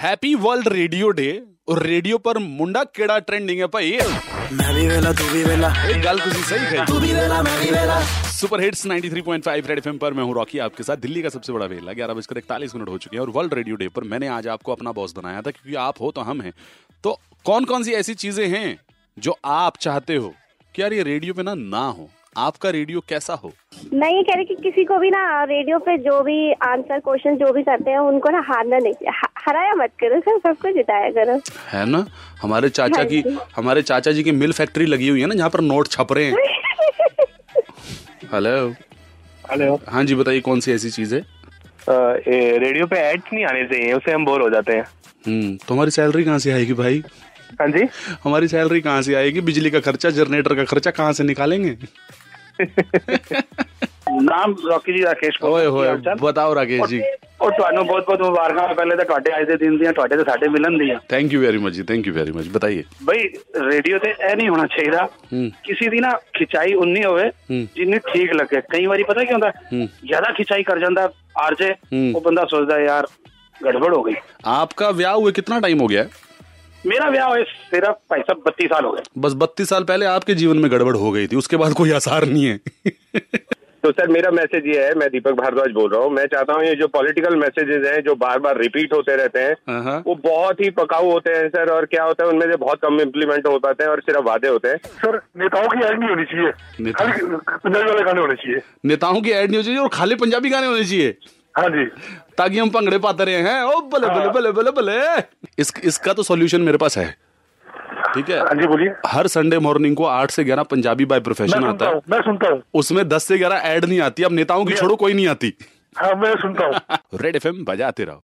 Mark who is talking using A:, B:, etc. A: Happy world radio day और radio पर मुंडा केड़ा ट्रेंडिंग है भाई
B: मैं भी वेला तू भी वेला
A: एक गल तुझे सही कही
B: तू भी वेला मैं भी वेला
A: सुपर हिट्स 93.5 रेड एफएम पर मैं हूं रॉकी आपके साथ दिल्ली का सबसे बड़ा वेला ग्यारह बजकर इकतालीस मिनट हो चुके हैं और वर्ल्ड रेडियो डे पर मैंने आज आपको अपना बॉस बनाया था क्योंकि आप हो तो हम हैं तो कौन कौन सी ऐसी चीजें हैं जो आप चाहते हो कि यार ये रेडियो पे ना ना हो आपका रेडियो कैसा हो
C: मैं ये कह रही कि किसी को भी ना रेडियो पे जो भी आंसर क्वेश्चन जो भी करते हैं उनको ना हारना नहीं हा- हराया मत करो सर सबको जिताया करो
A: है ना हमारे चाचा की हमारे चाचा जी की मिल फैक्ट्री लगी हुई है ना जहाँ पर नोट छप रहे हैं हेलो
D: हेलो
A: हाँ जी बताइए कौन सी ऐसी चीज है
D: अ, ये रेडियो पे एड्स नहीं आने चाहिए उससे हम बोर हो जाते हैं
A: हम्म तो हमारी सैलरी कहाँ से आएगी भाई
D: हाँ जी
A: हमारी सैलरी कहाँ से आएगी बिजली का खर्चा जनरेटर का खर्चा कहाँ से निकालेंगे
E: ਨਾਮ ਰੋਕੀ ਜੀ ਰਾਕੇਸ਼
A: ओए
E: ਕੀ
A: होए
E: ਹਾਲ ਚਾਲ?
A: बताओ राकेश जी
E: ਉਹ ਤੁਹਾਨੂੰ ਬਹੁਤ ਬਹੁਤ ਮੁਬਾਰਕਾਂ ਪਹਿਲੇ ਤਾਂ ਤੁਹਾਡੇ ਅੱਜ ਦੇ ਦਿਨ ਦੀਆਂ ਤੁਹਾਡੇ ਤੇ ਸਾਡੇ ਮਿਲਣ ਦੀਆਂ
A: थैंक यू वेरी मच जी थैंक यू वेरी मच बताइए
E: ਬਈ ਰੇਡੀਓ ਤੇ ਇਹ ਨਹੀਂ ਹੋਣਾ ਚਾਹੀਦਾ
A: हम्म
E: ਕਿਸੇ ਦੀ ਨਾ ਖਿਚਾਈ ਉਨੀ ਹੋਵੇ
A: ਹੂੰ।
E: ਜਿੰਨੀ ਠੀਕ ਲੱਗੇ ਕਈ ਵਾਰੀ ਪਤਾ ਕੀ ਹੁੰਦਾ
A: ਹੂੰ।
E: ਜ਼ਿਆਦਾ ਖਿਚਾਈ ਕਰ ਜਾਂਦਾ ਆਰਜੇ
A: ਹੂੰ।
E: ਉਹ ਬੰਦਾ ਸੋਚਦਾ ਯਾਰ ਗੜਬੜ ਹੋ ਗਈ
A: आपका ब्याह हुए कितना टाइम हो गया है
E: ਮੇਰਾ ਵਿਆਹ ਹੋਇਆ ਸਿਰਫ ਭਾਈ ਸਾਹਿਬ 32 ਸਾਲ ਹੋ ਗਏ
A: बस बत्तीस साल पहले आपके जीवन में गड़बड़ हो गई थी उसके बाद कोई आसार नहीं है
F: तो सर मेरा मैसेज ये है मैं दीपक भारद्वाज बोल रहा हूँ मैं चाहता हूँ ये जो पॉलिटिकल मैसेजेस हैं जो बार बार रिपीट होते रहते हैं
A: हाँ।
F: वो बहुत ही पकाऊ होते हैं सर और क्या होता है उनमें से बहुत कम इम्प्लीमेंट हो पाते हैं और सिर्फ वादे होते हैं
G: सर नेताओं की ऐड नहीं होनी चाहिए
A: नेता-
G: खाली पंजाबी वाले गाने होने चाहिए
A: नेताओं की ऐड नहीं होनी चाहिए और खाली पंजाबी गाने होने चाहिए
G: हाँ जी
A: ताकि हम भंगड़े पाते रहे हैं ओ भले
G: हाँ।
A: भले भले भले भले इस, इसका तो सॉल्यूशन मेरे पास है ठीक है
G: हाँ जी बोलिए
A: हर संडे मॉर्निंग को आठ से ग्यारह पंजाबी बाय
G: मैं
A: प्रोफेशन आता
G: सुनता
A: है
G: हूँ मैं सुनता हूँ
A: उसमें दस से ग्यारह ऐड नहीं आती अब नेताओं की छोड़ो कोई नहीं आती
G: हाँ मैं सुनता हूँ
A: रेड एफ बजाते रहो